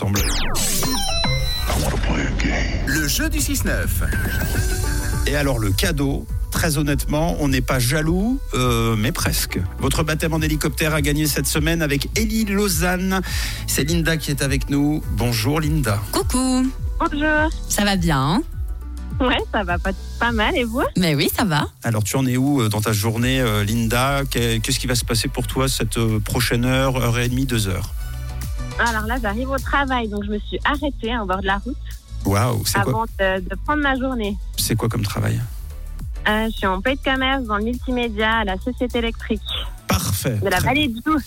ensemble. Le jeu du 6-9. Et alors le cadeau, très honnêtement, on n'est pas jaloux, euh, mais presque. Votre baptême en hélicoptère a gagné cette semaine avec Ellie Lausanne. C'est Linda qui est avec nous. Bonjour Linda. Coucou, Bonjour. ça va bien hein Ouais, ça va pas, pas mal. Et vous Mais oui, ça va. Alors tu en es où euh, dans ta journée, euh, Linda Qu'est- Qu'est-ce qui va se passer pour toi cette euh, prochaine heure, heure et demie, deux heures Alors là, j'arrive au travail, donc je me suis arrêtée en bord de la route Waouh, c'est quoi, avant de, de prendre ma journée. c'est quoi comme travail Euh, je suis en paix de commerce dans le multimédia à la Société électrique Parfait. de la Très- Vallée du Doubs.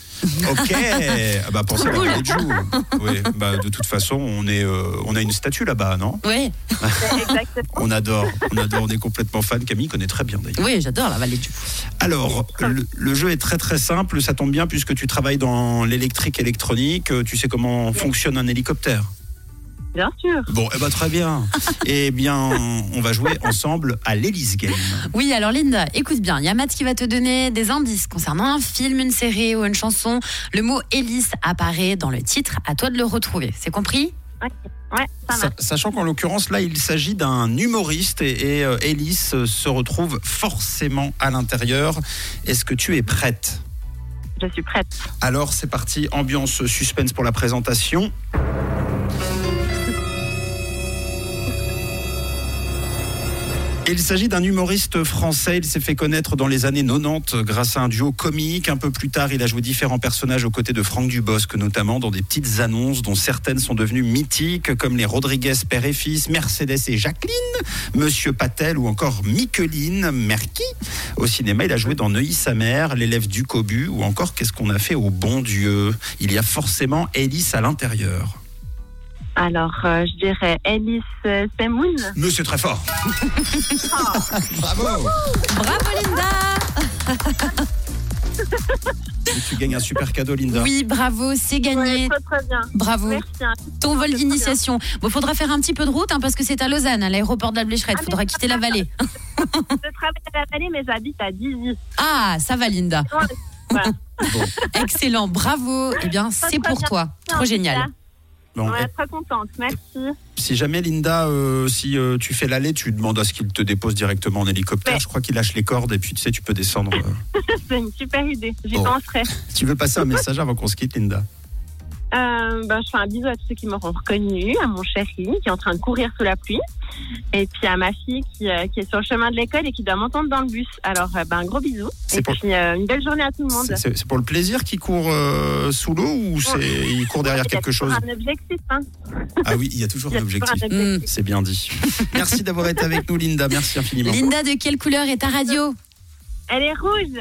Ok, Ah bah pensez à la Vallée de Joux. Oui, bah, de toute façon, on, est, euh, on a une statue là-bas, non Oui, Exactement. On adore, on adore, on est complètement fan. Camille connaît très bien d'ailleurs. oui, j'adore la vallée du Fou. Alors, le, le jeu est très très simple, ça tombe bien puisque tu travailles dans l'électrique électronique, euh, tu sais comment fonctionne un hélicoptère. Bien sûr. Bon, eh ben, très bien. Eh bien, on va jouer ensemble à l'Elise Game. Oui, alors Linda, écoute bien, il y a Matt qui va te donner des indices concernant un film, une série ou une chanson. Le mot hélice apparaît dans le titre, à toi de le retrouver. C'est compris Ouais, ça Sa- marche. sachant qu'en l'occurrence, là, il s'agit d'un humoriste et, et, euh, Elise euh, se retrouve forcément à l'intérieur. Est-ce que tu es prête Je suis prête. Alors, c'est parti, ambiance suspense pour la présentation. Il s'agit d'un humoriste français. Il s'est fait connaître dans les années 90 grâce à un duo comique. Un peu plus tard, il a joué différents personnages aux côtés de Franck Dubosc, notamment dans des petites annonces dont certaines sont devenues mythiques, comme les Rodriguez père et fils, Mercedes et Jacqueline, Monsieur Patel ou encore Micheline Merki. Au cinéma, il a joué dans Neuilly sa mère, L'élève du Cobu ou encore Qu'est-ce qu'on a fait au bon Dieu. Il y a forcément Hélice à l'intérieur. Alors, euh, je dirais Alice euh, Semoun. Mais c'est très fort. Bravo. Bravo Linda Tu gagnes un super cadeau, Linda. Oui, bravo, c'est gagné. Ouais, très, très bien. Bravo. Merci. hein. Ton vol d'initiation. Bon, faudra faire un petit peu de route hein, parce que c'est à Lausanne, à l'aéroport de la Blécherette. Ah, mais- Faudra quitter la vallée. Je travaille à la Vallée, mais j'habite à Dizy. Ah, ça va Linda. Voilà. Oh, Excellent, bravo. Eh bien, c'est pour toi. Trop génial. Bon, Ouais, et très contente. Merci. si jamais, Linda, euh, si euh, tu fais l'aller, tu demandes à ce qu'il te dépose directement en hélicoptère. Ouais. Je crois qu'il lâche les cordes et puis tu sais, tu peux descendre. euh. C'est une super idée. J'y Bon. penserai. tu veux passer un message avant qu'on se quitte, Linda Euh, ben, je fais un bisou à tous ceux qui m'auront reconnu, à mon chéri qui est en train de courir sous la pluie, et puis à ma fille qui, euh, qui est sur le chemin de l'école et qui doit m'entendre dans le bus. Alors, euh, ben, un gros bisou, C'est et pour- puis euh, une belle journée à tout le monde. C'est- C'est c'est pour le plaisir qu'il court euh, sous l'eau ou c'est- il court derrière Il y a quelque toujours chose Un objectif, hein. Ah oui, il y a toujours Il y un a toujours objectif. un objectif. C'est bien dit. Merci d'avoir été avec nous, Linda. Merci infiniment. Linda, de quelle couleur est ta radio Elle est rouge.